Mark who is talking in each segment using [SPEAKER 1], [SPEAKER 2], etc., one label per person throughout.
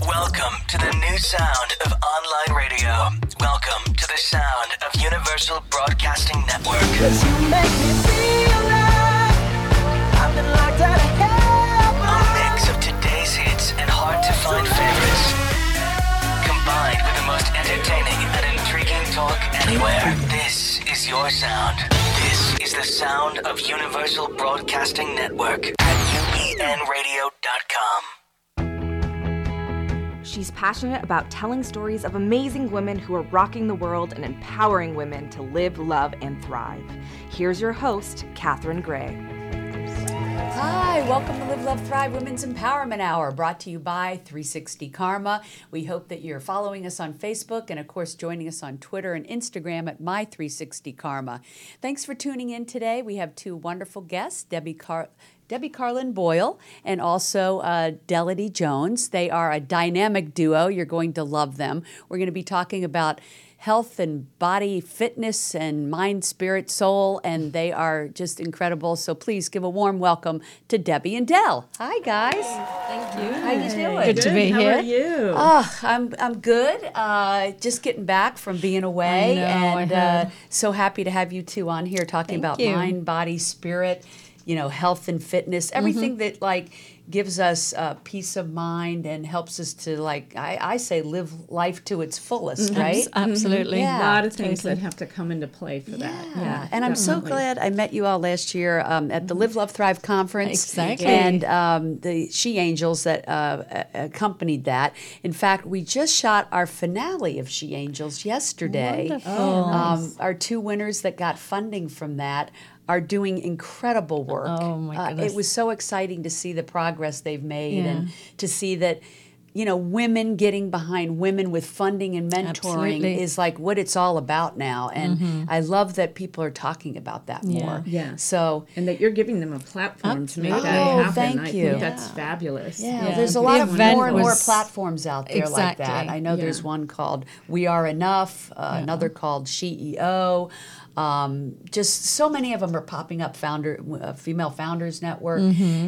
[SPEAKER 1] Welcome to the new sound of online radio. Welcome to the sound of Universal Broadcasting Network. A mix of today's hits and hard to find favorites. Combined with the most entertaining and intriguing talk anywhere. This is your sound. This is the sound of Universal Broadcasting Network at UBNradio.com.
[SPEAKER 2] She's passionate about telling stories of amazing women who are rocking the world and empowering women to live, love, and thrive. Here's your host, Katherine Gray.
[SPEAKER 3] Hi, welcome to Live, Love, Thrive Women's Empowerment Hour, brought to you by 360 Karma. We hope that you're following us on Facebook and, of course, joining us on Twitter and Instagram at My360Karma. Thanks for tuning in today. We have two wonderful guests, Debbie Car. Debbie Carlin Boyle and also uh, Delity Jones. They are a dynamic duo. You're going to love them. We're going to be talking about health and body fitness and mind, spirit, soul, and they are just incredible. So please give a warm welcome to Debbie and Dell. Hi guys. Thank you. How you doing?
[SPEAKER 4] Good to be
[SPEAKER 5] How
[SPEAKER 4] here.
[SPEAKER 5] are you?
[SPEAKER 3] Oh, I'm I'm good. Uh, just getting back from being away,
[SPEAKER 4] I know, I
[SPEAKER 3] and
[SPEAKER 4] heard.
[SPEAKER 3] uh, so happy to have you two on here talking about
[SPEAKER 4] you.
[SPEAKER 3] mind, body, spirit, you know, health and fitness,
[SPEAKER 4] Mm-hmm.
[SPEAKER 3] everything that like gives us uh, peace of mind and helps us to like I, I say live life to its fullest,
[SPEAKER 4] Mm-hmm.
[SPEAKER 3] right?
[SPEAKER 4] Absolutely.
[SPEAKER 3] Yeah.
[SPEAKER 5] a lot of things that have to come into play for that.
[SPEAKER 3] Yeah, and I'm so glad I met you all last year um, at the Live Love Thrive conference.
[SPEAKER 4] Mm-hmm. Exactly.
[SPEAKER 3] And um, the She Angels that uh, a- accompanied that. In fact, we just shot our finale of She Angels yesterday.
[SPEAKER 4] Wonderful.
[SPEAKER 3] Um, our two winners that got funding from that are doing incredible work.
[SPEAKER 4] Oh, my
[SPEAKER 3] Uh, it
[SPEAKER 4] goodness.
[SPEAKER 3] was so exciting to see the progress they've made
[SPEAKER 4] Yeah.
[SPEAKER 3] and to see that. You know, women getting behind women with funding and mentoring
[SPEAKER 4] Absolutely.
[SPEAKER 3] is like what it's all about now. And I love that people are talking about that more.
[SPEAKER 5] Yeah.
[SPEAKER 3] So,
[SPEAKER 5] And that you're giving them a platform to make that
[SPEAKER 3] Absolutely. Oh,
[SPEAKER 5] happen.
[SPEAKER 3] thank
[SPEAKER 5] I
[SPEAKER 3] you.
[SPEAKER 5] think that's fabulous.
[SPEAKER 3] yeah,
[SPEAKER 4] Yeah.
[SPEAKER 3] there's a
[SPEAKER 4] The
[SPEAKER 3] lot of
[SPEAKER 4] event
[SPEAKER 3] more and more
[SPEAKER 4] was-
[SPEAKER 3] platforms out there like that.
[SPEAKER 4] Exactly.
[SPEAKER 3] I know there's
[SPEAKER 5] Yeah.
[SPEAKER 3] one called We Are Enough, uh, another called CEO. Um, just so many of them are popping up, founder, uh, Female Founders Network,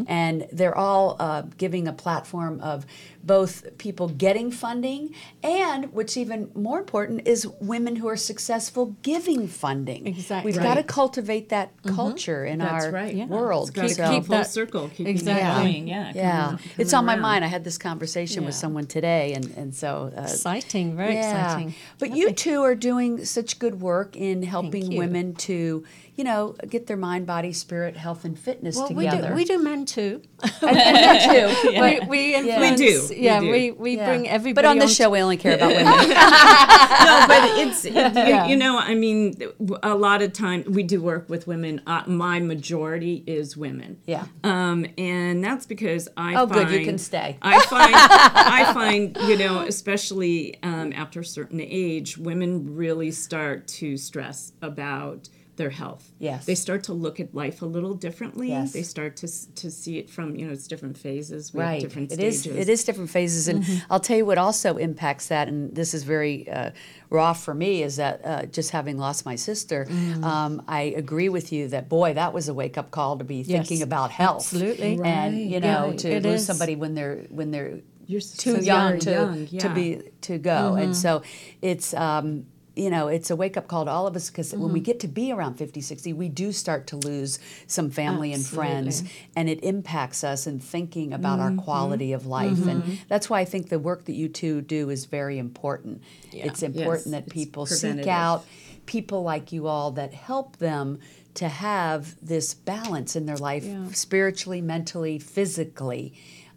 [SPEAKER 3] and they're all uh, giving a platform of both people getting funding and, what's even more important, is women who are successful giving funding.
[SPEAKER 4] Exactly.
[SPEAKER 3] We've got to
[SPEAKER 5] Right.
[SPEAKER 3] cultivate that culture in
[SPEAKER 5] That's
[SPEAKER 3] our
[SPEAKER 5] right. Yeah.
[SPEAKER 3] world.
[SPEAKER 5] It's got to
[SPEAKER 3] So-
[SPEAKER 5] come
[SPEAKER 4] keep
[SPEAKER 5] full
[SPEAKER 4] that-
[SPEAKER 5] circle. Keeping that
[SPEAKER 4] Exactly.
[SPEAKER 5] going. Yeah.
[SPEAKER 3] yeah,
[SPEAKER 5] coming-
[SPEAKER 3] it's
[SPEAKER 5] coming
[SPEAKER 3] on my
[SPEAKER 5] around.
[SPEAKER 3] mind. I had this conversation with
[SPEAKER 5] Yeah.
[SPEAKER 3] someone today, and and so uh,
[SPEAKER 4] Exciting. Very exciting.
[SPEAKER 3] But you two are doing such good work in helping
[SPEAKER 4] you.
[SPEAKER 3] women to, you know, get their mind, body, spirit, health, and fitness
[SPEAKER 4] Well, we
[SPEAKER 3] together.
[SPEAKER 4] do, we do men too.
[SPEAKER 3] do.
[SPEAKER 4] We, we influence.
[SPEAKER 5] do, we
[SPEAKER 4] Yeah,
[SPEAKER 5] do.
[SPEAKER 4] we, we bring everybody.
[SPEAKER 3] But on
[SPEAKER 4] the
[SPEAKER 3] this show, we only care about women.
[SPEAKER 5] no, but it's it, you, you know, I mean, a lot of time we do work with women. Uh, my majority is women.
[SPEAKER 3] Yeah.
[SPEAKER 5] Um, and that's because I
[SPEAKER 3] Oh,
[SPEAKER 5] find,
[SPEAKER 3] good, you can stay.
[SPEAKER 5] I find I find you know, especially um, after a certain age, women really start to stress about their health.
[SPEAKER 3] Yes.
[SPEAKER 5] They start to look at life a little differently.
[SPEAKER 3] Yes.
[SPEAKER 5] They start to s- to see it from you know it's different phases. We
[SPEAKER 3] right.
[SPEAKER 5] Have different
[SPEAKER 3] It
[SPEAKER 5] stages. Mm-hmm.
[SPEAKER 3] is. It is different phases, and I'll tell you what also impacts that. And this is very uh, raw for me is that uh, just having lost my sister,
[SPEAKER 5] Mm.
[SPEAKER 3] um, I agree with you that boy, that was a wake up call to be thinking about health.
[SPEAKER 4] Absolutely.
[SPEAKER 3] and you
[SPEAKER 4] Right.
[SPEAKER 3] know
[SPEAKER 4] Right.
[SPEAKER 3] to
[SPEAKER 4] It
[SPEAKER 3] lose
[SPEAKER 4] is.
[SPEAKER 3] somebody when they're when they're
[SPEAKER 5] You're
[SPEAKER 3] too
[SPEAKER 5] so
[SPEAKER 3] young,
[SPEAKER 5] young,
[SPEAKER 3] to
[SPEAKER 5] young,
[SPEAKER 3] to
[SPEAKER 5] yeah.
[SPEAKER 3] be to go,
[SPEAKER 5] Mm-hmm.
[SPEAKER 3] and so it's. Um, you know, it's a wake up call to all of us because when
[SPEAKER 5] Mm-hmm.
[SPEAKER 3] we get to be around 50, 60, we do start to lose some family and friends, and it impacts us in thinking about
[SPEAKER 5] Mm-hmm.
[SPEAKER 3] our quality of life. And that's why I think the work that you two do is very important. It's important that
[SPEAKER 5] it's
[SPEAKER 3] people seek
[SPEAKER 5] preventative.
[SPEAKER 3] out people like you all that help them to have this balance in their life spiritually, mentally, physically.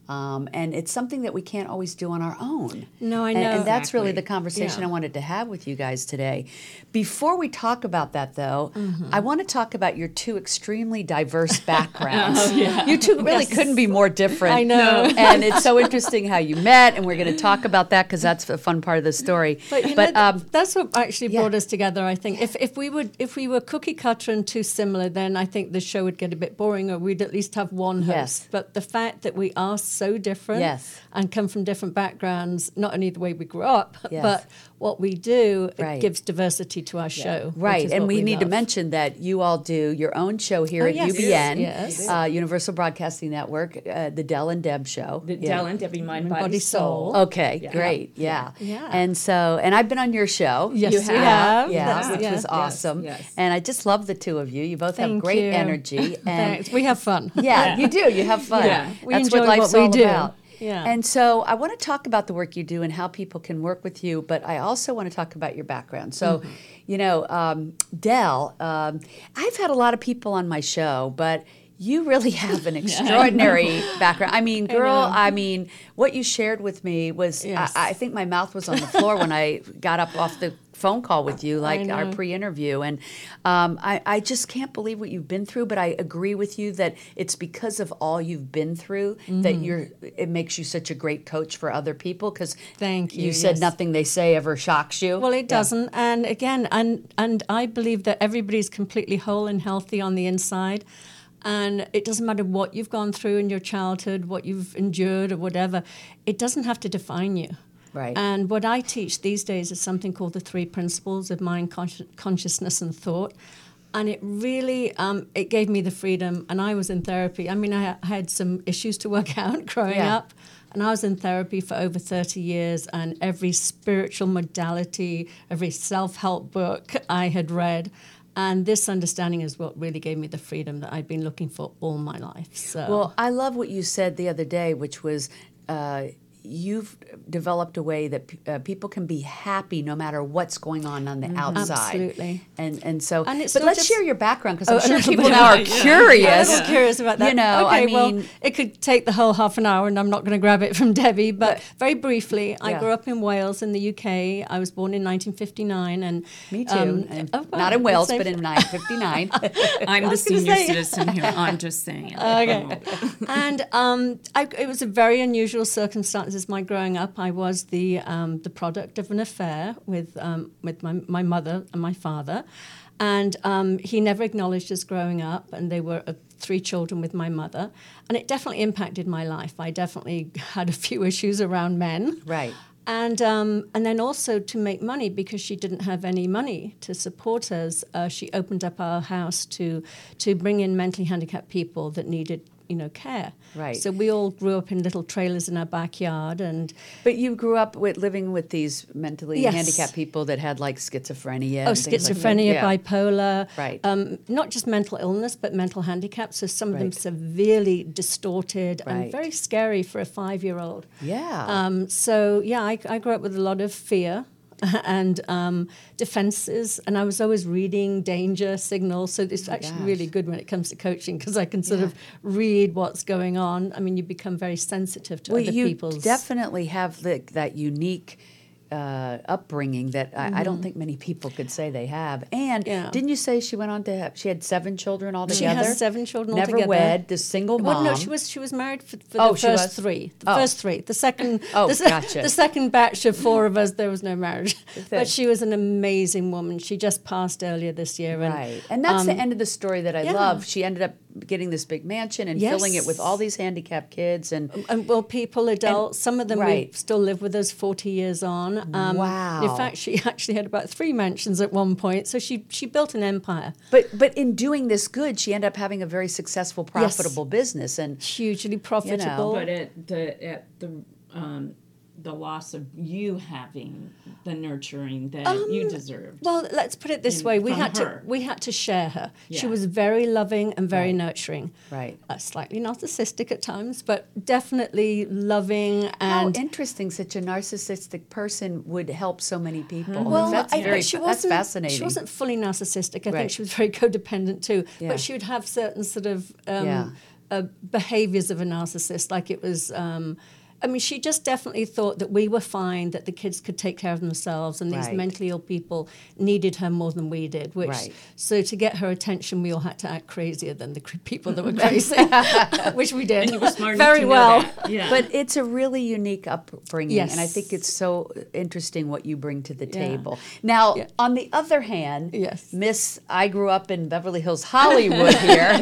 [SPEAKER 3] Um, and it's something that we can't always do on our own.
[SPEAKER 4] No, I
[SPEAKER 3] And- And,
[SPEAKER 4] know.
[SPEAKER 3] that's really the
[SPEAKER 5] Exactly.
[SPEAKER 3] conversation
[SPEAKER 4] Yeah.
[SPEAKER 3] I wanted to have with you guys today. Before we talk about that, though,
[SPEAKER 4] Mm-hmm.
[SPEAKER 3] I want to talk about your two extremely diverse backgrounds. You two really couldn't be more different.
[SPEAKER 4] Oh, I know. No.
[SPEAKER 3] and it's so interesting how you met, and we're going to talk about that because that's a fun part of the story.
[SPEAKER 4] But, you know,
[SPEAKER 3] um,
[SPEAKER 4] that's what actually brought us together. I think if, if we would if we were cookie cutter and too similar, then I think the show would get a bit boring, or we'd at least have one host.
[SPEAKER 3] Yes.
[SPEAKER 4] But the fact that we are so different
[SPEAKER 3] Yes.
[SPEAKER 4] and come from different backgrounds, not only the way we grew up,
[SPEAKER 3] Yes.
[SPEAKER 4] but what we do,
[SPEAKER 3] Right.
[SPEAKER 4] it gives diversity to our show. which
[SPEAKER 3] Right,
[SPEAKER 4] is
[SPEAKER 3] and
[SPEAKER 4] what
[SPEAKER 3] we, need to
[SPEAKER 4] love.
[SPEAKER 3] mention that you all do your own show here
[SPEAKER 4] Oh,
[SPEAKER 3] at
[SPEAKER 4] yes.
[SPEAKER 3] UBN,
[SPEAKER 4] Yes.
[SPEAKER 3] Uh, Universal Broadcasting Network, uh, the Dell and Deb Show.
[SPEAKER 5] The
[SPEAKER 3] Yeah.
[SPEAKER 5] Dell and Debbie Mind, Body,
[SPEAKER 4] Body,
[SPEAKER 5] Soul.
[SPEAKER 4] Soul.
[SPEAKER 3] Okay, great, yeah.
[SPEAKER 4] Yeah.
[SPEAKER 3] And so, and I've been on your show.
[SPEAKER 4] Yes,
[SPEAKER 5] You
[SPEAKER 4] you
[SPEAKER 5] have.
[SPEAKER 4] have.
[SPEAKER 3] Yeah,
[SPEAKER 4] That's-
[SPEAKER 3] which
[SPEAKER 4] yeah.
[SPEAKER 3] was awesome.
[SPEAKER 5] yes.
[SPEAKER 3] And I just love the two of you. You both have
[SPEAKER 4] Thank
[SPEAKER 3] great
[SPEAKER 4] you.
[SPEAKER 3] energy. And
[SPEAKER 4] Thanks. We have fun.
[SPEAKER 3] yeah, you do. You have fun.
[SPEAKER 5] Yeah.
[SPEAKER 4] We
[SPEAKER 3] That's
[SPEAKER 4] enjoy
[SPEAKER 3] what
[SPEAKER 4] what
[SPEAKER 3] life's
[SPEAKER 4] we
[SPEAKER 3] all
[SPEAKER 4] do.
[SPEAKER 3] about.
[SPEAKER 4] Yeah.
[SPEAKER 3] And so I want to talk about the work you do and how people can work with you, but I also want to talk about your background. So,
[SPEAKER 4] Mm-hmm.
[SPEAKER 3] you know, um, Dell, um, I've had a lot of people on my show, but you really have an extraordinary background. I mean, girl, I, mean, what you shared with me was,
[SPEAKER 4] Yes.
[SPEAKER 3] I, I think my mouth was on the floor when I got up off the phone call with you, like our pre interview. And um, I, I just can't believe what you've been through, but I agree with you that it's because of all you've been through that
[SPEAKER 4] Mm-hmm.
[SPEAKER 3] you're, it makes you such a great coach for other people because
[SPEAKER 4] Thank
[SPEAKER 3] You
[SPEAKER 4] you,
[SPEAKER 3] said
[SPEAKER 4] yes.
[SPEAKER 3] nothing they say ever shocks you.
[SPEAKER 4] Well, it doesn't, and again, and and I believe that everybody's completely whole and healthy on the inside, and it doesn't matter what you've gone through in your childhood, what you've endured, or whatever. It doesn't have to define you.
[SPEAKER 3] Right.
[SPEAKER 4] And what I teach these days is something called the three principles of mind, consci- consciousness, and thought. And it really, um, it gave me the freedom. And I was in therapy. I mean, I ha- had some issues to work out growing
[SPEAKER 3] Yeah.
[SPEAKER 4] up, and I was in therapy for over thirty years. And every spiritual modality, every self-help book I had read, and this understanding is what really gave me the freedom that I'd been looking for all my life. So.
[SPEAKER 3] Well, I love what you said the other day, which was uh, you've developed a way that p- uh, people can be happy no matter what's going on on the outside.
[SPEAKER 4] Mm-hmm. Absolutely.
[SPEAKER 3] And and so,
[SPEAKER 4] And it's
[SPEAKER 3] but
[SPEAKER 4] not
[SPEAKER 3] let's
[SPEAKER 4] just-
[SPEAKER 3] share your background because I'm
[SPEAKER 4] Oh,
[SPEAKER 3] sure
[SPEAKER 4] a little
[SPEAKER 3] people
[SPEAKER 4] bit.
[SPEAKER 3] now are
[SPEAKER 4] Yeah, yeah.
[SPEAKER 3] curious.
[SPEAKER 4] I was curious about that.
[SPEAKER 3] You know,
[SPEAKER 4] okay,
[SPEAKER 3] I
[SPEAKER 4] well,
[SPEAKER 3] mean-
[SPEAKER 4] it could take the whole half an hour, and I'm not going to grab it from Debbie. But very briefly, I
[SPEAKER 3] Yeah.
[SPEAKER 4] grew up in Wales in the UK. I was born in 1959, and
[SPEAKER 3] Me too.
[SPEAKER 4] um,
[SPEAKER 3] And
[SPEAKER 4] oh, wow,
[SPEAKER 3] not in Wales,
[SPEAKER 4] same-
[SPEAKER 3] but in 959.
[SPEAKER 5] I'm the
[SPEAKER 4] gonna
[SPEAKER 5] senior
[SPEAKER 4] say.
[SPEAKER 5] citizen here. I'm just saying.
[SPEAKER 4] okay. and um, I, it was a very unusual circumstances. My growing up, I was the um, the product of an affair with um, with my, my mother and my father, and um, he never acknowledged us growing up. And they were uh, three children with my mother, and it definitely impacted my life. I definitely had a few issues around men.
[SPEAKER 3] Right.
[SPEAKER 4] And um, and then also to make money because she didn't have any money to support us, uh, she opened up our house to to bring in mentally handicapped people that needed you know care.
[SPEAKER 3] Right.
[SPEAKER 4] So we all grew up in little trailers in our backyard, and
[SPEAKER 3] but you grew up with living with these mentally
[SPEAKER 4] Yes.
[SPEAKER 3] handicapped people that had like schizophrenia.
[SPEAKER 4] oh,
[SPEAKER 3] and things like that.
[SPEAKER 4] schizophrenia,
[SPEAKER 3] Yeah.
[SPEAKER 4] bipolar,
[SPEAKER 3] Right.
[SPEAKER 4] Um, not just mental illness, but mental handicaps. So some of them
[SPEAKER 3] Right.
[SPEAKER 4] severely distorted
[SPEAKER 3] Right.
[SPEAKER 4] and very scary for a five-year-old.
[SPEAKER 3] Yeah.
[SPEAKER 4] Um, so yeah, I, I grew up with a lot of fear and um, defenses, and I was always reading danger signals. So it's actually
[SPEAKER 3] Oh, gosh.
[SPEAKER 4] really good when it comes to coaching because I can sort
[SPEAKER 3] Yeah.
[SPEAKER 4] of read what's going on. I mean, you become very sensitive to
[SPEAKER 3] well,
[SPEAKER 4] other
[SPEAKER 3] you
[SPEAKER 4] people's.
[SPEAKER 3] definitely have the, that unique uh, upbringing that I, I don't think many people could say they have. And
[SPEAKER 4] Mm-hmm. Yeah.
[SPEAKER 3] didn't you say she went on to have? She had seven children
[SPEAKER 4] she
[SPEAKER 3] altogether.
[SPEAKER 4] has seven children
[SPEAKER 3] Never
[SPEAKER 4] altogether.
[SPEAKER 3] wed. The single mom.
[SPEAKER 4] Well, no, she was she was married for, for
[SPEAKER 3] Oh,
[SPEAKER 4] the
[SPEAKER 3] she
[SPEAKER 4] first
[SPEAKER 3] was?
[SPEAKER 4] three. The
[SPEAKER 3] Oh.
[SPEAKER 4] first three. The second.
[SPEAKER 3] Oh,
[SPEAKER 4] the, se-
[SPEAKER 3] gotcha.
[SPEAKER 4] The second batch of four of us, there was no marriage.
[SPEAKER 3] it.
[SPEAKER 4] but she was an amazing woman. She just passed earlier this year, and
[SPEAKER 3] Right. And that's the end of the story that I
[SPEAKER 4] Um, yeah.
[SPEAKER 3] love. She ended up getting this big mansion and filling it with
[SPEAKER 4] Yes.
[SPEAKER 3] all these handicapped kids and
[SPEAKER 4] and well, people, adults, some of them we
[SPEAKER 3] right.
[SPEAKER 4] still live with us 40 years on. Um,
[SPEAKER 3] Wow.
[SPEAKER 4] In fact, she actually had about three mansions at one point. So she, she built an empire.
[SPEAKER 3] but but in doing this good, she ended up having a very successful profitable business and
[SPEAKER 4] Hugely profitable.
[SPEAKER 5] But at the at the um, the loss of you having the nurturing that
[SPEAKER 3] Um,
[SPEAKER 5] you deserved.
[SPEAKER 4] well, let's put it this
[SPEAKER 5] In-
[SPEAKER 4] way: we
[SPEAKER 5] from
[SPEAKER 4] had
[SPEAKER 5] her.
[SPEAKER 4] to we had to share her. She
[SPEAKER 5] Yeah.
[SPEAKER 4] was very loving and very nurturing.
[SPEAKER 3] Right.
[SPEAKER 4] Uh, slightly narcissistic at times, but definitely loving
[SPEAKER 3] how
[SPEAKER 4] and
[SPEAKER 3] interesting such a narcissistic person would help so many people.
[SPEAKER 4] Well,
[SPEAKER 3] that's
[SPEAKER 4] I,
[SPEAKER 3] very
[SPEAKER 4] she
[SPEAKER 3] fa-
[SPEAKER 4] wasn't.
[SPEAKER 3] that's fascinating.
[SPEAKER 4] She wasn't fully narcissistic. I
[SPEAKER 3] Right.
[SPEAKER 4] think she was very codependent too.
[SPEAKER 3] Yeah.
[SPEAKER 4] But she would have certain sort of um,
[SPEAKER 3] Yeah.
[SPEAKER 4] uh, behaviors of a narcissist, like it was. Um, I mean, she just definitely thought that we were fine, that the kids could take care of themselves, and these
[SPEAKER 3] Right.
[SPEAKER 4] mentally ill people needed her more than we did. Which,
[SPEAKER 3] Right.
[SPEAKER 4] so to get her attention, we all had to act crazier than the cr- people that were crazy, which we did.
[SPEAKER 5] You were smart enough
[SPEAKER 4] very
[SPEAKER 5] to know
[SPEAKER 4] well.
[SPEAKER 5] that. Yeah.
[SPEAKER 3] But it's a really unique upbringing, and I
[SPEAKER 4] Yes.
[SPEAKER 3] think it's so interesting what you bring to the table. Now, on the other hand,
[SPEAKER 4] Yes.
[SPEAKER 3] Miss, I grew up in Beverly Hills, Hollywood. Here,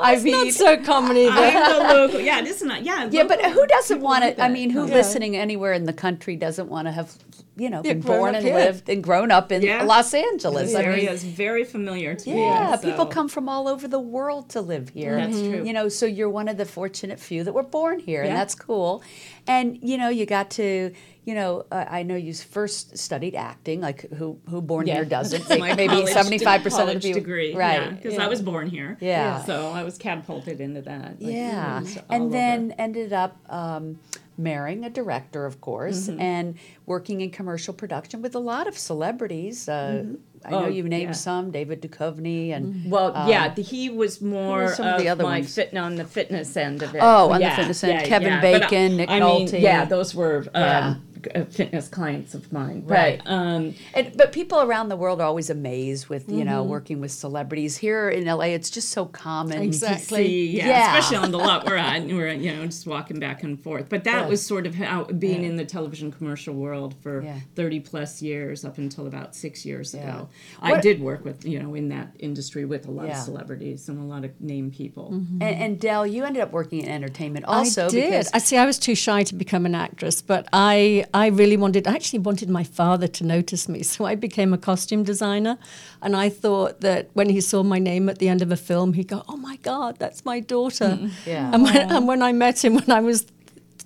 [SPEAKER 3] I mean,
[SPEAKER 4] Not so common either.
[SPEAKER 5] I'm the local. Yeah, this is not. Yeah,
[SPEAKER 3] yeah, but
[SPEAKER 5] local
[SPEAKER 3] who doesn't want
[SPEAKER 5] like
[SPEAKER 3] to? I
[SPEAKER 5] that.
[SPEAKER 3] mean, who listening anywhere in the country doesn't want to have, you know, been
[SPEAKER 4] grown
[SPEAKER 3] born
[SPEAKER 4] up
[SPEAKER 3] and
[SPEAKER 4] here.
[SPEAKER 3] lived and grown up in
[SPEAKER 5] Yeah.
[SPEAKER 3] Los Angeles?
[SPEAKER 5] This
[SPEAKER 3] I mean,
[SPEAKER 5] area is very familiar to me.
[SPEAKER 3] Yeah,
[SPEAKER 5] so-
[SPEAKER 3] people come from all over the world to live here.
[SPEAKER 5] That's Mhm. true.
[SPEAKER 3] You know, so you're one of the fortunate few that were born here, and
[SPEAKER 5] Yeah.
[SPEAKER 3] that's cool. And you know, you got to, you know, uh, I know you first studied acting. Like who who born here doesn't?
[SPEAKER 5] My
[SPEAKER 3] Maybe
[SPEAKER 5] college de-
[SPEAKER 3] seventy five percent of the
[SPEAKER 5] college
[SPEAKER 3] people.
[SPEAKER 5] degree,
[SPEAKER 3] right?
[SPEAKER 5] Because I was born here.
[SPEAKER 3] Yeah.
[SPEAKER 5] So I was catapulted into that. like,
[SPEAKER 3] Yeah,
[SPEAKER 5] it's all
[SPEAKER 3] and
[SPEAKER 5] over.
[SPEAKER 3] then ended up um, marrying a director, of course,
[SPEAKER 5] Mm-hmm.
[SPEAKER 3] and working in commercial production with a lot of celebrities. Uh, I know
[SPEAKER 5] Oh,
[SPEAKER 3] you named
[SPEAKER 5] yeah.
[SPEAKER 3] some, David Duchovny, and
[SPEAKER 5] Well, yeah, the, he was more
[SPEAKER 3] Um, some of the other
[SPEAKER 5] my
[SPEAKER 3] ones?
[SPEAKER 5] fit on the fitness end of it.
[SPEAKER 3] Oh, on the
[SPEAKER 5] Yeah,
[SPEAKER 3] fitness end.
[SPEAKER 5] yeah,
[SPEAKER 3] Kevin
[SPEAKER 5] yeah. But, uh,
[SPEAKER 3] Bacon, Nick
[SPEAKER 5] I
[SPEAKER 3] Nolte.
[SPEAKER 5] Mean, yeah, those were
[SPEAKER 3] Yeah.
[SPEAKER 5] um, g- uh, fitness clients of mine.
[SPEAKER 3] Right.
[SPEAKER 5] But, um,
[SPEAKER 3] And, but people around the world are always amazed with you
[SPEAKER 4] Mm-hmm.
[SPEAKER 3] know working with celebrities. Here in LA, it's just so common.
[SPEAKER 4] Exactly.
[SPEAKER 5] see, yeah,
[SPEAKER 3] Yeah.
[SPEAKER 5] especially on the lot we're at, and we're you know just walking back and forth. But that
[SPEAKER 3] Yeah.
[SPEAKER 5] was sort of how being in the television commercial world for
[SPEAKER 3] Yeah.
[SPEAKER 5] thirty plus years up until about six years
[SPEAKER 3] Yeah.
[SPEAKER 5] ago. I
[SPEAKER 3] What-
[SPEAKER 5] did work with you know in that industry with a lot
[SPEAKER 3] Yeah. Mm-hmm.
[SPEAKER 5] of celebrities and a lot of name people.
[SPEAKER 3] And, and Dell, you ended up working in entertainment also
[SPEAKER 4] I did.
[SPEAKER 3] because
[SPEAKER 4] I see. I was too shy to become an actress, but I I really wanted. I actually wanted my father to notice me, so I became a costume designer. And I thought that when he saw my name at the end of a film, he'd go, "Oh my God, that's my daughter."
[SPEAKER 3] Mm-hmm. Yeah.
[SPEAKER 4] And when, and when I met him when I was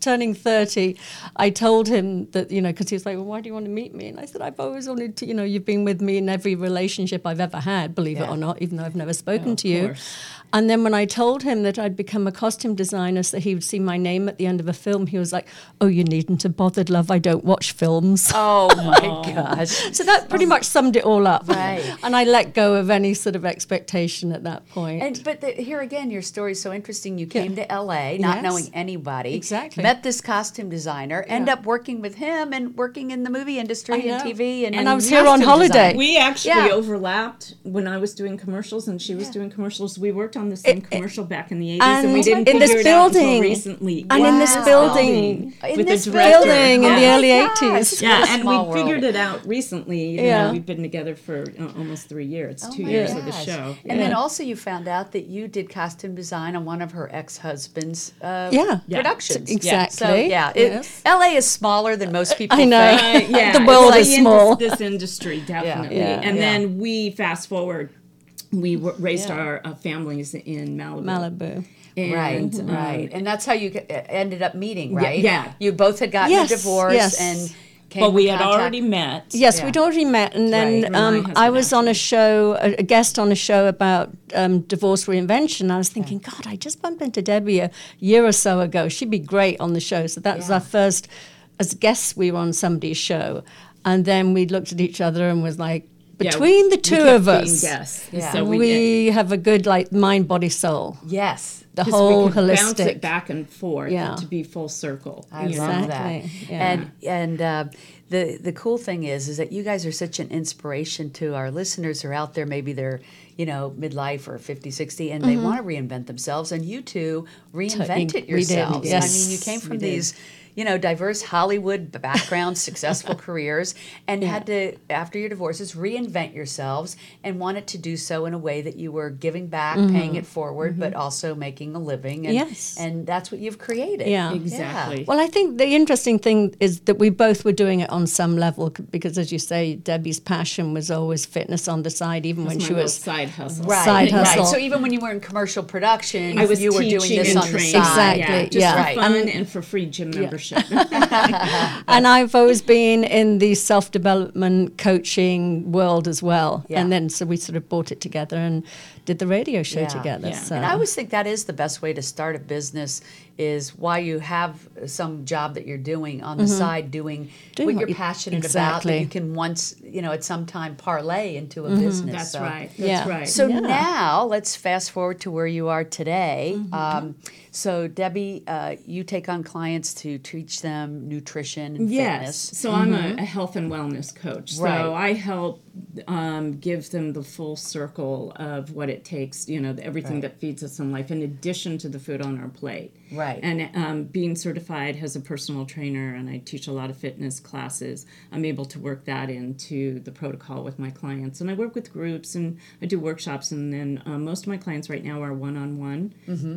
[SPEAKER 4] turning 30 i told him that you know because he was like well why do you want to meet me and i said i've always wanted to you know you've been with me in every relationship i've ever had believe it
[SPEAKER 3] Yeah.
[SPEAKER 4] or not even though i've never spoken
[SPEAKER 5] of
[SPEAKER 4] to you
[SPEAKER 5] course.
[SPEAKER 4] and then when I told him that I'd become a costume designer, so he would see my name at the end of a film, he was like, "Oh, you needn't have bothered, love. I don't watch films."
[SPEAKER 3] oh my gosh,
[SPEAKER 4] So that pretty much summed it all up.
[SPEAKER 3] Right.
[SPEAKER 4] And I let go of any sort of expectation at that point.
[SPEAKER 3] And but the, here again, your story is so interesting. You came to LA not
[SPEAKER 4] Yes.
[SPEAKER 3] knowing anybody,
[SPEAKER 4] Exactly.
[SPEAKER 3] Met this costume designer, end up working with him and working in the movie
[SPEAKER 4] I
[SPEAKER 3] industry and
[SPEAKER 4] know.
[SPEAKER 3] TV. And,
[SPEAKER 4] And I was here on
[SPEAKER 3] costume design.
[SPEAKER 4] holiday.
[SPEAKER 5] We actually
[SPEAKER 3] Yeah.
[SPEAKER 5] overlapped when I was doing commercials and she was doing commercials. We worked on the same commercial back in the eighties, and, we
[SPEAKER 4] and
[SPEAKER 5] didn't
[SPEAKER 4] in this
[SPEAKER 5] figure it out until
[SPEAKER 4] building.
[SPEAKER 5] recently.
[SPEAKER 4] And in this
[SPEAKER 5] Wow.
[SPEAKER 4] building.
[SPEAKER 5] Building
[SPEAKER 3] In
[SPEAKER 5] with
[SPEAKER 3] this
[SPEAKER 5] the director.
[SPEAKER 4] building in the
[SPEAKER 5] Yeah.
[SPEAKER 4] early
[SPEAKER 3] Oh my gosh.
[SPEAKER 4] 80s.
[SPEAKER 5] Yeah,
[SPEAKER 3] What a
[SPEAKER 5] and we
[SPEAKER 3] small world.
[SPEAKER 5] figured it out recently. You
[SPEAKER 4] Yeah.
[SPEAKER 5] know, we've been together for uh, almost three years, two
[SPEAKER 3] Oh my
[SPEAKER 5] years of the
[SPEAKER 3] gosh.
[SPEAKER 5] show.
[SPEAKER 3] And then also, you found out that you did costume design on one of her ex-husband's uh,
[SPEAKER 4] Yeah.
[SPEAKER 5] Yeah.
[SPEAKER 3] productions.
[SPEAKER 4] Exactly.
[SPEAKER 3] So yeah, it,
[SPEAKER 4] Yes.
[SPEAKER 3] LA is smaller than most people.
[SPEAKER 4] I know.
[SPEAKER 3] Think.
[SPEAKER 5] Uh, yeah,
[SPEAKER 4] The world
[SPEAKER 5] it's
[SPEAKER 4] is
[SPEAKER 5] in
[SPEAKER 4] small.
[SPEAKER 5] This, this industry, definitely.
[SPEAKER 4] Yeah.
[SPEAKER 5] And
[SPEAKER 3] Yeah.
[SPEAKER 5] then we fast forward. We w- raised our uh, families in Malibu.
[SPEAKER 4] Malibu.
[SPEAKER 5] And,
[SPEAKER 3] Right,
[SPEAKER 5] um,
[SPEAKER 3] right, and that's how you g- e, ended up meeting, right?
[SPEAKER 5] yeah.
[SPEAKER 3] you both had gotten
[SPEAKER 4] Yes,
[SPEAKER 3] a divorce
[SPEAKER 4] yes.
[SPEAKER 3] and came.
[SPEAKER 5] But we
[SPEAKER 3] in
[SPEAKER 5] had
[SPEAKER 3] contact-
[SPEAKER 5] already met.
[SPEAKER 4] Yes,
[SPEAKER 3] Yeah.
[SPEAKER 4] we'd already met, and then
[SPEAKER 5] Right. Remind
[SPEAKER 4] um,
[SPEAKER 5] husband
[SPEAKER 4] I was on a show, a, a guest on a show about um, divorce reinvention. I was thinking, God, I just bumped into Debbie a year or so ago. She'd be great on the show. So that was
[SPEAKER 3] Yeah.
[SPEAKER 4] our first, as guests, we were on somebody's show, and then we looked at each other and was like,
[SPEAKER 5] Yeah,
[SPEAKER 4] between the
[SPEAKER 5] we
[SPEAKER 4] two
[SPEAKER 5] kept
[SPEAKER 4] of
[SPEAKER 5] being
[SPEAKER 4] us,
[SPEAKER 5] guests,
[SPEAKER 3] Yeah.
[SPEAKER 5] So
[SPEAKER 4] we,
[SPEAKER 5] we,
[SPEAKER 4] have a good like mind, body, soul,
[SPEAKER 3] Yes,
[SPEAKER 4] the
[SPEAKER 5] 'cause
[SPEAKER 4] whole
[SPEAKER 5] we could bounce it
[SPEAKER 4] holistic.
[SPEAKER 5] back and forth
[SPEAKER 4] Yeah.
[SPEAKER 5] to be full circle.
[SPEAKER 3] I
[SPEAKER 5] you know?
[SPEAKER 3] love
[SPEAKER 4] Exactly,
[SPEAKER 3] that.
[SPEAKER 4] yeah.
[SPEAKER 3] And and uh, the the cool thing is is that you guys are such an inspiration to our listeners who are out there. Maybe they're you know midlife or 50, 60, and they want to reinvent themselves. And you two reinvented
[SPEAKER 4] Mm-hmm. we did,
[SPEAKER 3] yourselves. I mean, you
[SPEAKER 4] yes,
[SPEAKER 3] came from
[SPEAKER 5] we did.
[SPEAKER 3] these you know diverse Hollywood backgrounds, successful careers, and had to after your divorces reinvent yourselves and wanted to do so in a way that you were giving back, paying it forward, but also making a living. And,
[SPEAKER 4] Mm-hmm. Yes.
[SPEAKER 3] and that's what you've created.
[SPEAKER 4] Yeah.
[SPEAKER 5] Exactly.
[SPEAKER 4] Well, I think the interesting thing is that we both were doing it on some level c- because, as you say, Debbie's passion was always fitness on the side, even when
[SPEAKER 5] It's my
[SPEAKER 4] she
[SPEAKER 5] little
[SPEAKER 4] was
[SPEAKER 5] side hustle.
[SPEAKER 3] Right,
[SPEAKER 4] side
[SPEAKER 3] right.
[SPEAKER 4] hustle.
[SPEAKER 3] So even when you were in commercial production,
[SPEAKER 5] I was
[SPEAKER 3] you were doing
[SPEAKER 5] teaching
[SPEAKER 3] this
[SPEAKER 5] and
[SPEAKER 3] on the
[SPEAKER 5] training.
[SPEAKER 3] side.
[SPEAKER 4] Exactly.
[SPEAKER 5] Yeah, just
[SPEAKER 4] yeah.
[SPEAKER 5] for fun and for free gym membership.
[SPEAKER 4] and I've always been in the self development coaching world as well.
[SPEAKER 3] Yeah.
[SPEAKER 4] And then so we sort of brought it together and did the radio show
[SPEAKER 3] Yeah.
[SPEAKER 4] together.
[SPEAKER 5] Yeah.
[SPEAKER 4] So
[SPEAKER 3] And I always think that is the best way to start a business is while you have some job that you're doing on the side, doing,
[SPEAKER 4] Doing
[SPEAKER 3] what,
[SPEAKER 4] Mm-hmm. what
[SPEAKER 3] you're
[SPEAKER 4] you-
[SPEAKER 3] passionate about that
[SPEAKER 4] Exactly. Mm-hmm.
[SPEAKER 3] you can once, you know, at some time parlay into a business.
[SPEAKER 5] That's
[SPEAKER 3] So-
[SPEAKER 5] right. That's
[SPEAKER 4] Yeah.
[SPEAKER 5] right.
[SPEAKER 3] So now let's fast forward to where you are today. Um, so Debbie, uh, you take on clients to teach them nutrition and
[SPEAKER 5] Yes.
[SPEAKER 3] fitness. Mm-hmm.
[SPEAKER 5] So I'm a, a health and wellness coach.
[SPEAKER 3] Right.
[SPEAKER 5] So I help um, give them the full circle of what it takes, you know, the- everything that feeds us in life, in addition to the food on our plate.
[SPEAKER 3] Right.
[SPEAKER 5] And um, being certified as a personal trainer, and I teach a lot of fitness classes, I'm able to work that into the protocol with my clients. And I work with groups and I do workshops, and then uh, most of my clients right now are one on one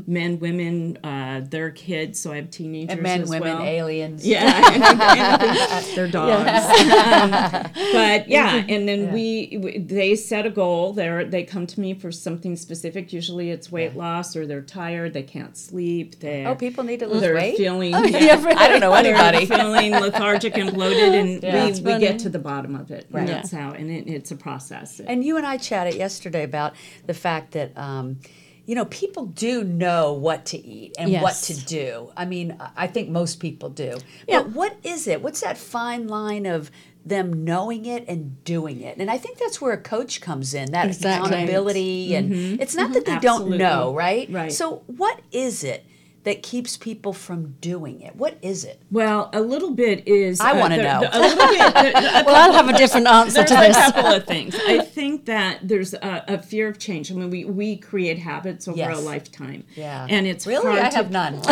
[SPEAKER 5] men, women, uh, their kids. So I have teenagers.
[SPEAKER 3] Mm-hmm. And men,
[SPEAKER 5] as
[SPEAKER 3] women,
[SPEAKER 5] well.
[SPEAKER 3] aliens.
[SPEAKER 5] Yeah, anything, anything their dogs. Um, but yeah, and then we, we they set a goal. They they come to me for something specific. Usually it's weight loss or they're tired, they can't sleep. They
[SPEAKER 3] Oh, people need to lose
[SPEAKER 5] they're
[SPEAKER 3] weight? Oh,
[SPEAKER 5] feeling
[SPEAKER 3] I don't know anybody.
[SPEAKER 5] they're feeling lethargic and bloated, and we,
[SPEAKER 4] That's
[SPEAKER 5] we get
[SPEAKER 4] funny.
[SPEAKER 5] to the bottom of it.
[SPEAKER 3] Right.
[SPEAKER 5] And that's how, and it, it's a process.
[SPEAKER 3] And you and I chatted yesterday about the fact that, um, you know, people do know what to eat and what
[SPEAKER 4] Yes.
[SPEAKER 3] to do. I mean, I- I think most people do.
[SPEAKER 4] Yeah.
[SPEAKER 3] But what is it? What's that fine line of them knowing it and doing it? And I think that's where a coach comes in that
[SPEAKER 4] Exactly.
[SPEAKER 3] accountability. And it's not that they
[SPEAKER 5] Mm-hmm. Absolutely.
[SPEAKER 3] don't know, right?
[SPEAKER 5] Right.
[SPEAKER 3] So, what is it that keeps people from doing it? What is it?
[SPEAKER 5] well, a little bit is
[SPEAKER 3] I wanna
[SPEAKER 5] there-
[SPEAKER 3] know.
[SPEAKER 5] there- A little bit. there- a
[SPEAKER 4] well, I'll have a different answer to
[SPEAKER 5] There's
[SPEAKER 4] this.
[SPEAKER 5] a couple of things. I think that there's a, a fear of change. I mean, we, we create habits over
[SPEAKER 3] Yes.
[SPEAKER 5] a lifetime.
[SPEAKER 3] Yeah.
[SPEAKER 5] And it's
[SPEAKER 3] really,
[SPEAKER 5] hard
[SPEAKER 3] I
[SPEAKER 5] to-
[SPEAKER 3] have none.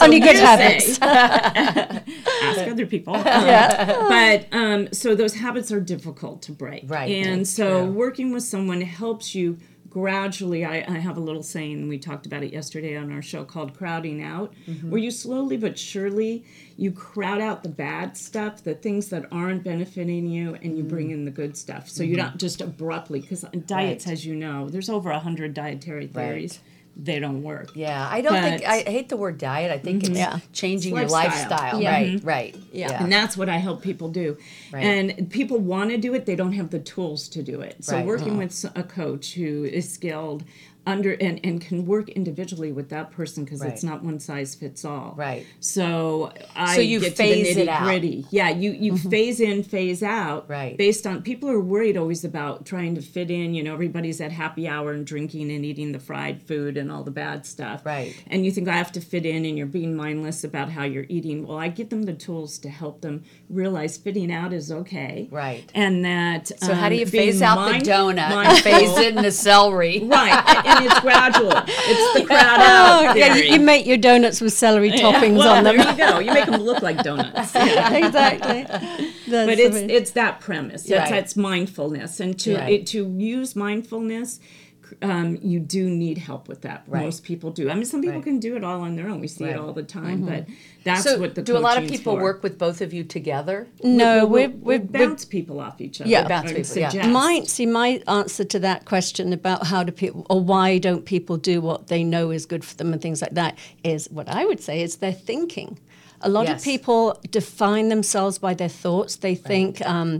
[SPEAKER 4] Only good
[SPEAKER 5] hearsay.
[SPEAKER 4] habits.
[SPEAKER 5] ask other people. Um, But um, so those habits are difficult to break.
[SPEAKER 3] Right,
[SPEAKER 5] And
[SPEAKER 3] that's
[SPEAKER 5] so working with someone helps you gradually. I, I have a little saying, we talked about it yesterday on our show called crowding out,
[SPEAKER 3] Mm-hmm.
[SPEAKER 5] where you slowly but surely you crowd out the bad stuff, the things that aren't benefiting you, and you
[SPEAKER 3] Mm-hmm.
[SPEAKER 5] bring in the good stuff. So you're not just abruptly, because diets, as you know, there's over 100 dietary theories. They don't work.
[SPEAKER 3] Yeah, I don't think
[SPEAKER 5] But-
[SPEAKER 3] I hate the word diet. I think it's
[SPEAKER 4] Mm-hmm. Yeah.
[SPEAKER 3] changing
[SPEAKER 5] It's
[SPEAKER 3] your
[SPEAKER 5] lifestyle.
[SPEAKER 3] lifestyle.
[SPEAKER 4] Yeah.
[SPEAKER 3] Right, right.
[SPEAKER 5] Yeah. And that's what I help people do.
[SPEAKER 3] Right.
[SPEAKER 5] And people want to do it, they don't have the tools to do it. So
[SPEAKER 3] Right. Uh-huh.
[SPEAKER 5] working with s- a coach who is skilled under and, and can work individually with that person because
[SPEAKER 3] Right.
[SPEAKER 5] it's not one size fits all.
[SPEAKER 3] Right.
[SPEAKER 5] So I
[SPEAKER 3] So you
[SPEAKER 5] get
[SPEAKER 3] phase
[SPEAKER 5] to the
[SPEAKER 3] it
[SPEAKER 5] nitty
[SPEAKER 3] out. Mm-hmm.
[SPEAKER 5] gritty. Yeah, you, you phase in, phase out
[SPEAKER 3] Right.
[SPEAKER 5] based on people are worried always about trying to fit in, you know, everybody's at happy hour and drinking and eating the fried food and all the bad stuff
[SPEAKER 3] Right.
[SPEAKER 5] and you think I have to fit in and you're being mindless about how you're eating. Well, I give them the tools to help them realize fitting out is okay.
[SPEAKER 3] Right.
[SPEAKER 5] And that um,
[SPEAKER 3] So how do
[SPEAKER 4] um,
[SPEAKER 3] you
[SPEAKER 5] being
[SPEAKER 3] phase out
[SPEAKER 5] mind-
[SPEAKER 3] the donut and
[SPEAKER 5] mindful-
[SPEAKER 3] phase in the celery?
[SPEAKER 5] Right. And, and it's gradual. It's the crowd
[SPEAKER 3] Oh,
[SPEAKER 5] out.
[SPEAKER 4] yeah,
[SPEAKER 5] theory.
[SPEAKER 4] you, you make your donuts with celery toppings
[SPEAKER 5] well,
[SPEAKER 4] on them.
[SPEAKER 5] there you go. You make them look like donuts. Yeah.
[SPEAKER 4] exactly. That's
[SPEAKER 5] But it's
[SPEAKER 4] amazing.
[SPEAKER 5] it's that premise. It's,
[SPEAKER 3] Right.
[SPEAKER 5] it's mindfulness, and to
[SPEAKER 3] Right.
[SPEAKER 5] it, to use mindfulness, cr- um, you do need help with that.
[SPEAKER 3] Right.
[SPEAKER 5] Most people do. I mean, some people
[SPEAKER 3] Right.
[SPEAKER 5] can do it all on their own. We see
[SPEAKER 3] Right. Mm-hmm.
[SPEAKER 5] it all the time. But that's
[SPEAKER 3] So
[SPEAKER 5] what the
[SPEAKER 3] do a lot of
[SPEAKER 5] coaching's
[SPEAKER 3] people
[SPEAKER 5] for.
[SPEAKER 3] work with both of you together?
[SPEAKER 4] no, we're,
[SPEAKER 5] we
[SPEAKER 4] we're, we're
[SPEAKER 5] bounce people off each other.
[SPEAKER 4] Yeah.
[SPEAKER 3] Bounce
[SPEAKER 5] and
[SPEAKER 3] people, yeah.
[SPEAKER 5] suggest.
[SPEAKER 4] My see my answer to that question about how do people or why don't people do what they know is good for them and things like that is what I would say is their thinking. A lot
[SPEAKER 3] Yes.
[SPEAKER 4] of people define themselves by their thoughts. They think um,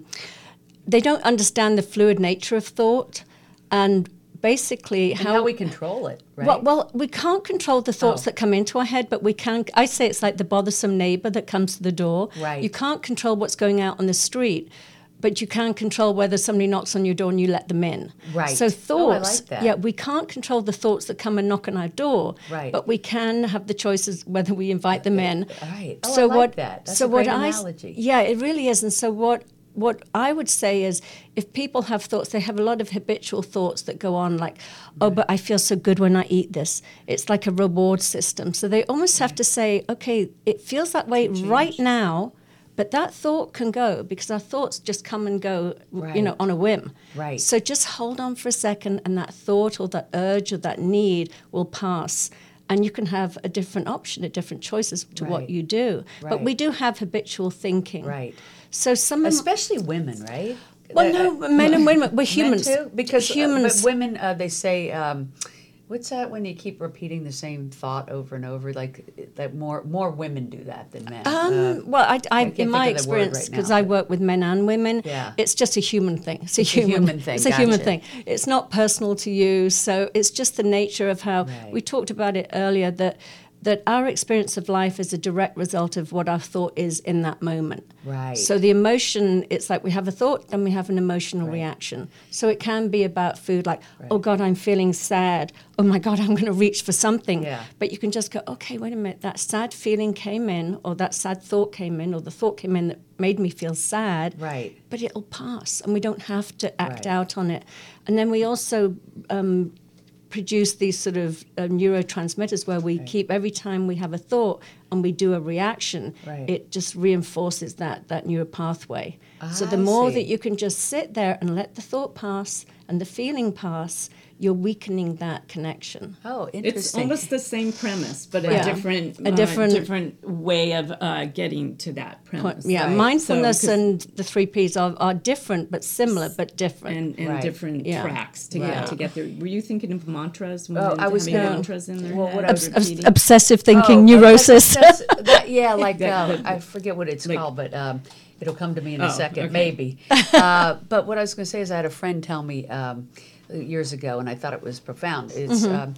[SPEAKER 4] they don't understand the fluid nature of thought, and basically
[SPEAKER 3] And how, we control it, right? Oh.
[SPEAKER 4] well, um, well, we can't control the thoughts that come into our head, but we can. I say it's like the bothersome neighbor that comes to the door.
[SPEAKER 3] Right.
[SPEAKER 4] You can't control what's going out on the street, but you can control whether somebody knocks on your door and you let them in.
[SPEAKER 3] Right. Oh, I
[SPEAKER 4] So
[SPEAKER 3] like
[SPEAKER 4] thoughts.
[SPEAKER 3] that.
[SPEAKER 4] Yeah, we can't control the thoughts that come and knock on our door.
[SPEAKER 3] Right.
[SPEAKER 4] But we can have the choices whether we invite them in.
[SPEAKER 3] Right. Oh, I like that. That's a great
[SPEAKER 4] s-
[SPEAKER 3] analogy.
[SPEAKER 4] yeah, it really is. And so what what I would say is if people have thoughts, they have a lot of habitual thoughts that go on like, oh, but I feel so good when I eat this. It's like a reward system. So they almost have to say, okay, it feels that way right now, but that thought can go because our thoughts just come and go, w- you know,
[SPEAKER 3] Right.
[SPEAKER 4] on a whim.
[SPEAKER 3] Right.
[SPEAKER 4] So just hold on for a second and that thought or that urge or that need will pass. And you can have a different option, a different choices to
[SPEAKER 3] Right.
[SPEAKER 4] what you do. But we
[SPEAKER 3] Right.
[SPEAKER 4] do have habitual thinking.
[SPEAKER 3] Right.
[SPEAKER 4] So some of
[SPEAKER 3] Especially women, right? Uh,
[SPEAKER 4] well, no, men and women, we're
[SPEAKER 3] Men
[SPEAKER 4] humans.
[SPEAKER 3] too? Because uh,
[SPEAKER 4] humans,
[SPEAKER 3] but women, uh, they say um, What's that when you keep repeating the same thought over and over? Like that more more women do that than men. Uh,
[SPEAKER 4] Um, well, I, I,
[SPEAKER 3] can't
[SPEAKER 4] in my
[SPEAKER 3] think of the word
[SPEAKER 4] experience,
[SPEAKER 3] right
[SPEAKER 4] because
[SPEAKER 3] now,
[SPEAKER 4] I
[SPEAKER 3] but-
[SPEAKER 4] work with men and women,
[SPEAKER 3] Yeah.
[SPEAKER 4] it's just a human thing. It's a,
[SPEAKER 3] It's a
[SPEAKER 4] human,
[SPEAKER 3] human thing,
[SPEAKER 4] It's a human
[SPEAKER 3] gotcha.
[SPEAKER 4] thing. It's not personal to you, so it's just the nature of how
[SPEAKER 3] Right.
[SPEAKER 4] we talked about it earlier that that our experience of life is a direct result of what our thought is in that moment.
[SPEAKER 3] Right.
[SPEAKER 4] So the emotion, it's like we have a thought, then we have an emotional reaction. So it can be about food, like, oh God, I'm feeling sad. Oh my God, I'm going to reach for something.
[SPEAKER 3] Yeah.
[SPEAKER 4] But you can just go, okay, wait a minute, that sad feeling came in, or that sad thought came in, or the thought came in that made me feel sad.
[SPEAKER 3] Right.
[SPEAKER 4] But it'll pass, and we don't have to act
[SPEAKER 3] Right.
[SPEAKER 4] out on it. And then we also um, produce these sort of uh, neurotransmitters where we keep every time we have a thought and we do a reaction
[SPEAKER 3] Right.
[SPEAKER 4] it just reinforces that that neural pathway so
[SPEAKER 3] Ah, I
[SPEAKER 4] the more
[SPEAKER 3] see.
[SPEAKER 4] that you can just sit there and let the thought pass and the feeling pass you're weakening that connection
[SPEAKER 3] Oh,
[SPEAKER 5] It's
[SPEAKER 3] interesting.
[SPEAKER 5] almost the same premise, but
[SPEAKER 4] Right.
[SPEAKER 5] a different,
[SPEAKER 4] A
[SPEAKER 5] uh,
[SPEAKER 4] different-
[SPEAKER 5] different way of uh, getting to that premise.
[SPEAKER 4] yeah
[SPEAKER 3] right.
[SPEAKER 4] mindfulness
[SPEAKER 5] So, 'cause-
[SPEAKER 4] and the three ps are, are different but similar but different
[SPEAKER 5] And, and
[SPEAKER 3] Right.
[SPEAKER 5] different
[SPEAKER 4] Yeah.
[SPEAKER 5] tracks to
[SPEAKER 3] Right.
[SPEAKER 5] get to get there. Were you thinking of mantras? When
[SPEAKER 3] Oh,
[SPEAKER 5] women
[SPEAKER 3] I was
[SPEAKER 5] having
[SPEAKER 3] gonna-
[SPEAKER 5] mantras in their
[SPEAKER 3] well,
[SPEAKER 5] head,
[SPEAKER 3] what I was-
[SPEAKER 4] Obs-
[SPEAKER 5] repeating?
[SPEAKER 4] obsessive
[SPEAKER 3] Oh,
[SPEAKER 4] thinking
[SPEAKER 3] oh, that's-
[SPEAKER 4] neurosis
[SPEAKER 3] that's- that- yeah, like uh,
[SPEAKER 5] that-
[SPEAKER 3] I forget what it's called, but um, it'll come to me in a
[SPEAKER 5] Oh,
[SPEAKER 3] second,
[SPEAKER 5] okay.
[SPEAKER 3] maybe. Uh, but what I was going to say is, I had a friend tell me um, years ago, and I thought it was profound. Is
[SPEAKER 4] Mm-hmm.
[SPEAKER 3] um,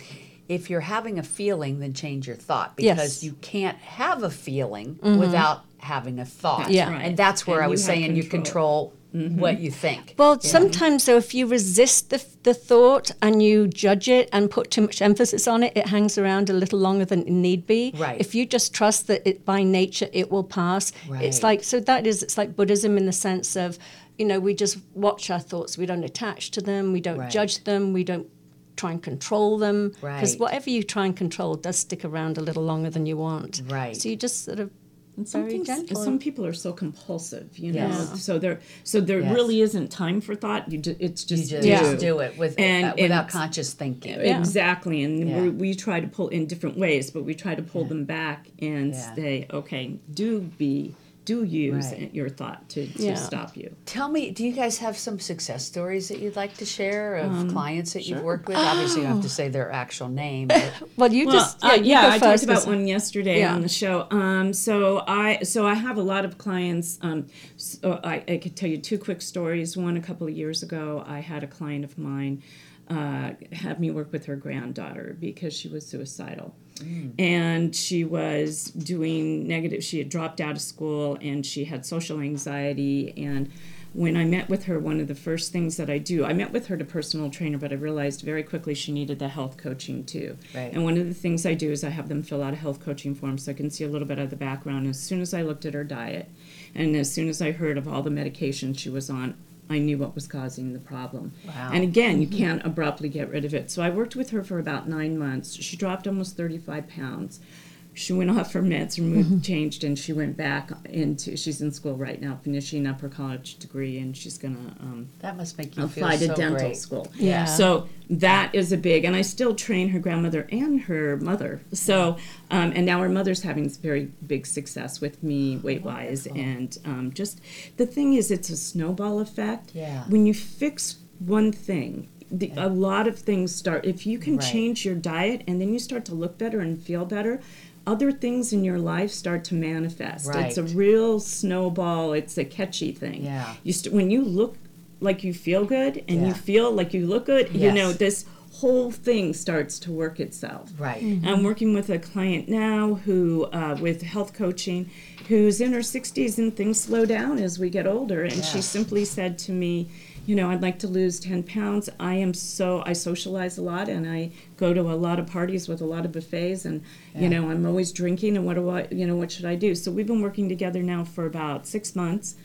[SPEAKER 3] if you're having a feeling, then change your thought
[SPEAKER 4] Yes.
[SPEAKER 3] because you can't have a feeling without having a thought.
[SPEAKER 4] Yeah. right.
[SPEAKER 3] and that's where
[SPEAKER 5] And
[SPEAKER 3] I
[SPEAKER 5] you
[SPEAKER 3] was
[SPEAKER 5] have
[SPEAKER 3] saying you
[SPEAKER 5] control. Mm-hmm.
[SPEAKER 3] control what you think.
[SPEAKER 4] Well, sometimes though, if you resist the, the thought and you judge it and put too much emphasis on it, it hangs around a little longer than it need be.
[SPEAKER 3] Right.
[SPEAKER 4] If you just trust that it by nature it will pass,
[SPEAKER 3] Right.
[SPEAKER 4] it's like so that is it's like Buddhism in the sense of, you know, we just watch our thoughts, we don't attach to them, we don't
[SPEAKER 3] Right.
[SPEAKER 4] judge them, we don't try and control them because
[SPEAKER 3] Right.
[SPEAKER 4] whatever you try and control does stick around a little longer than you want.
[SPEAKER 3] Right.
[SPEAKER 4] So you just sort of
[SPEAKER 5] And some
[SPEAKER 4] very
[SPEAKER 5] things-
[SPEAKER 4] gentle.
[SPEAKER 5] Some people are so compulsive, you know.
[SPEAKER 3] Yes.
[SPEAKER 5] So there, so there
[SPEAKER 3] Yes.
[SPEAKER 5] really isn't time for thought. You ju- it's
[SPEAKER 3] You
[SPEAKER 5] just
[SPEAKER 3] just
[SPEAKER 4] Yeah.
[SPEAKER 3] do it with,
[SPEAKER 5] And-
[SPEAKER 3] uh, without
[SPEAKER 5] and-
[SPEAKER 3] conscious thinking.
[SPEAKER 5] Exactly, and
[SPEAKER 3] Yeah.
[SPEAKER 5] we we try to pull in different ways, but we try to pull them back and
[SPEAKER 3] Yeah.
[SPEAKER 5] say, okay, do be, do use
[SPEAKER 3] Right.
[SPEAKER 5] your thought to, to
[SPEAKER 4] Yeah.
[SPEAKER 5] stop you.
[SPEAKER 3] Tell me, do you guys have some success stories that you'd like to share of
[SPEAKER 4] Um,
[SPEAKER 3] clients that you've worked with? Obviously, you
[SPEAKER 4] Oh.
[SPEAKER 3] don't have to say their actual name. But
[SPEAKER 4] well, you
[SPEAKER 5] Well,
[SPEAKER 4] just
[SPEAKER 5] uh,
[SPEAKER 4] you
[SPEAKER 5] yeah,
[SPEAKER 4] go
[SPEAKER 5] I
[SPEAKER 4] first
[SPEAKER 5] talked about
[SPEAKER 4] 'cause-
[SPEAKER 5] one yesterday
[SPEAKER 4] Yeah.
[SPEAKER 5] on the show. Um, so I so I have a lot of clients. Um, so I, I could tell you two quick stories. One, a couple of years ago, I had a client of mine uh, have me work with her granddaughter because she was suicidal. And she was doing negative. She had dropped out of school and she had social anxiety. And when I met with her, one of the first things that I do, I met with her to personal trainer, but I realized very quickly she needed the health coaching too.
[SPEAKER 3] Right.
[SPEAKER 5] And one of the things I do is I have them fill out a health coaching form so I can see a little bit of the background. As soon as I looked at her diet and as soon as I heard of all the medications she was on, I knew what was causing the problem.
[SPEAKER 3] Wow. Mm-hmm.
[SPEAKER 5] And again, you can't abruptly get rid of it. So I worked with her for about nine months. She dropped almost 35 pounds. She went off her meds, her mood changed, and she went back into. She's in school right now, finishing up her college degree, and she's gonna um,
[SPEAKER 3] that must make you feel
[SPEAKER 5] apply to
[SPEAKER 3] so
[SPEAKER 5] dental
[SPEAKER 3] great.
[SPEAKER 5] school.
[SPEAKER 4] Yeah.
[SPEAKER 5] So that is a big, and I still train her grandmother and her mother. So, um, and now her mother's having this very big success with me weight wise, and um, just the thing is, it's a snowball effect.
[SPEAKER 3] Yeah.
[SPEAKER 5] When you fix one thing. The, A lot of things start. If you can
[SPEAKER 3] Right.
[SPEAKER 5] change your diet and then you start to look better and feel better, other things in your life start to manifest. It's a
[SPEAKER 3] Right.
[SPEAKER 5] real snowball. It's a catchy thing.
[SPEAKER 3] Yeah.
[SPEAKER 5] You st- when you look like you feel good and
[SPEAKER 3] Yeah.
[SPEAKER 5] you feel like you look good, you know,
[SPEAKER 3] Yes.
[SPEAKER 5] this whole thing starts to work itself.
[SPEAKER 3] Right.
[SPEAKER 5] I'm working with a client now who, uh, with health coaching, who's in her 60s and things slow down as we get older. And she
[SPEAKER 3] Yeah.
[SPEAKER 5] simply said to me, you know, I'd like to lose 10 pounds. I am so, I socialize a lot and I go to a lot of parties with a lot of buffets and, you know, I'm always drinking and what do I, you know, what should I do? So we've been working together now for about six months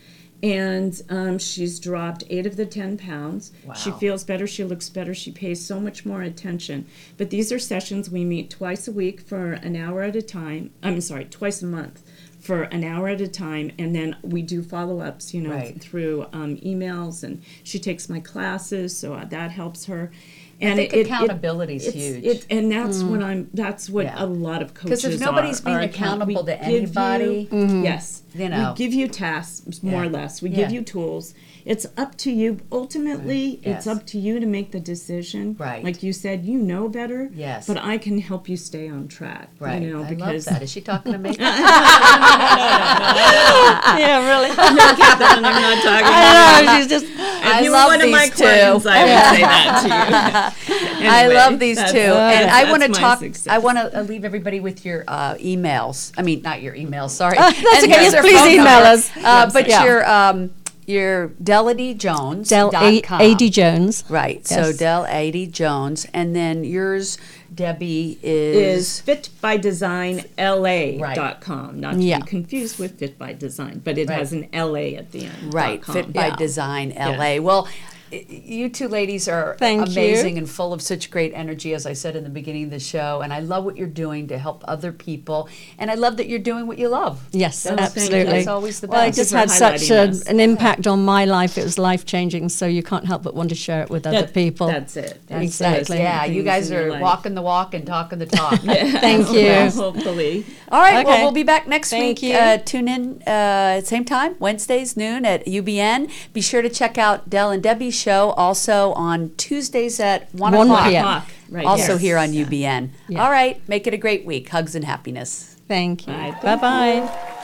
[SPEAKER 5] and um, she's dropped eight of the 10 pounds. She
[SPEAKER 3] Wow.
[SPEAKER 5] feels better, she looks better, she pays so much more attention. But these are sessions we meet twice a week for an hour at a time. I'm sorry, twice a month for an hour at a time. And then we do follow ups, you know,
[SPEAKER 3] Right.
[SPEAKER 5] through um, emails. And she takes my classes, so uh, that helps her. And
[SPEAKER 3] think accountability's
[SPEAKER 5] it's-
[SPEAKER 3] huge. Mm.
[SPEAKER 5] it- and that's what I'm. That's what
[SPEAKER 3] Yeah.
[SPEAKER 5] a lot of coaches
[SPEAKER 3] if nobody's
[SPEAKER 5] are-
[SPEAKER 3] being
[SPEAKER 5] are account-
[SPEAKER 3] accountable
[SPEAKER 5] we
[SPEAKER 3] to
[SPEAKER 5] give you- Mm-hmm.
[SPEAKER 3] anybody,
[SPEAKER 5] yes,
[SPEAKER 3] you know.
[SPEAKER 5] we give you tasks more
[SPEAKER 3] Yeah.
[SPEAKER 5] or less. We
[SPEAKER 3] Yeah.
[SPEAKER 5] give you tools. It's up to you. Ultimately,
[SPEAKER 3] Yes.
[SPEAKER 5] it's up to you to make the decision.
[SPEAKER 3] Right.
[SPEAKER 5] Like you said, you know better.
[SPEAKER 3] Yes.
[SPEAKER 5] But I can help you stay on track.
[SPEAKER 3] Right.
[SPEAKER 5] You know,
[SPEAKER 3] I love
[SPEAKER 5] because
[SPEAKER 3] that. Is she talking to me?
[SPEAKER 4] yeah, really.
[SPEAKER 5] I'm not talking about
[SPEAKER 4] I know, she's just.
[SPEAKER 5] If
[SPEAKER 3] I
[SPEAKER 5] you
[SPEAKER 3] love
[SPEAKER 5] were one of my
[SPEAKER 3] these two.
[SPEAKER 5] clients, I would say that to you.
[SPEAKER 3] I
[SPEAKER 5] Anyway,
[SPEAKER 3] love these
[SPEAKER 5] that's-
[SPEAKER 3] two, and I
[SPEAKER 5] that's
[SPEAKER 3] want to
[SPEAKER 5] my
[SPEAKER 3] talk.
[SPEAKER 5] success.
[SPEAKER 3] I want to leave everybody with your uh, emails. I mean, not your emails. Sorry.
[SPEAKER 4] Oh, that's
[SPEAKER 3] And here's
[SPEAKER 4] okay. Yes,
[SPEAKER 3] their
[SPEAKER 4] please
[SPEAKER 3] phone
[SPEAKER 4] email
[SPEAKER 3] number.
[SPEAKER 4] us.
[SPEAKER 3] Uh, but
[SPEAKER 4] Yeah.
[SPEAKER 3] your um, your delityjones.
[SPEAKER 4] Del A-
[SPEAKER 3] dot com.
[SPEAKER 4] AD Jones.
[SPEAKER 3] Right. So
[SPEAKER 4] Yes.
[SPEAKER 3] Del eighty Jones, and then yours, Debbie
[SPEAKER 5] is
[SPEAKER 3] is.
[SPEAKER 5] fitbydesignla.com. Not to
[SPEAKER 4] Yeah.
[SPEAKER 5] be confused with Fit by Design, but it has an LA at the end.
[SPEAKER 3] Right,
[SPEAKER 5] dot com.
[SPEAKER 3] Fit by
[SPEAKER 4] Yeah.
[SPEAKER 3] Design LA. Well, y- you two ladies are
[SPEAKER 4] Thank you.
[SPEAKER 3] amazing and full of such great energy, as I said in the beginning of the show. And I love what you're doing to help other people. And I love that you're doing what you love.
[SPEAKER 4] Yes,
[SPEAKER 3] That's-
[SPEAKER 4] absolutely.
[SPEAKER 3] That's always the best.
[SPEAKER 4] Well, I just
[SPEAKER 5] for
[SPEAKER 4] had such
[SPEAKER 5] highlighting
[SPEAKER 4] a,
[SPEAKER 5] this.
[SPEAKER 4] an impact on my life. It was life changing, so you can't help but want to share it with other
[SPEAKER 5] That-
[SPEAKER 4] people.
[SPEAKER 5] That's it. That's
[SPEAKER 4] Exactly.
[SPEAKER 5] it.
[SPEAKER 3] yeah,
[SPEAKER 5] Things
[SPEAKER 3] you guys
[SPEAKER 5] in your
[SPEAKER 3] are
[SPEAKER 5] life.
[SPEAKER 3] walking the walk and talking the talk.
[SPEAKER 4] Thank you.
[SPEAKER 5] Hopefully.
[SPEAKER 3] All right, well,
[SPEAKER 4] Okay.
[SPEAKER 3] we'll be back next
[SPEAKER 4] Thank
[SPEAKER 3] week.
[SPEAKER 4] you.
[SPEAKER 3] Uh, tune in uh, same time, Wednesdays, noon at UBN. Be sure to check out Dell and Debbie's show also on Tuesdays at 1,
[SPEAKER 4] 1
[SPEAKER 3] o'clock.
[SPEAKER 4] p.m.
[SPEAKER 5] O'clock, right,
[SPEAKER 3] also
[SPEAKER 5] yes.
[SPEAKER 3] here on
[SPEAKER 5] Yeah.
[SPEAKER 3] UBN.
[SPEAKER 4] Yeah.
[SPEAKER 3] All right, make it a great week. Hugs and happiness.
[SPEAKER 4] Thank you.
[SPEAKER 5] Bye.
[SPEAKER 4] Bye bye.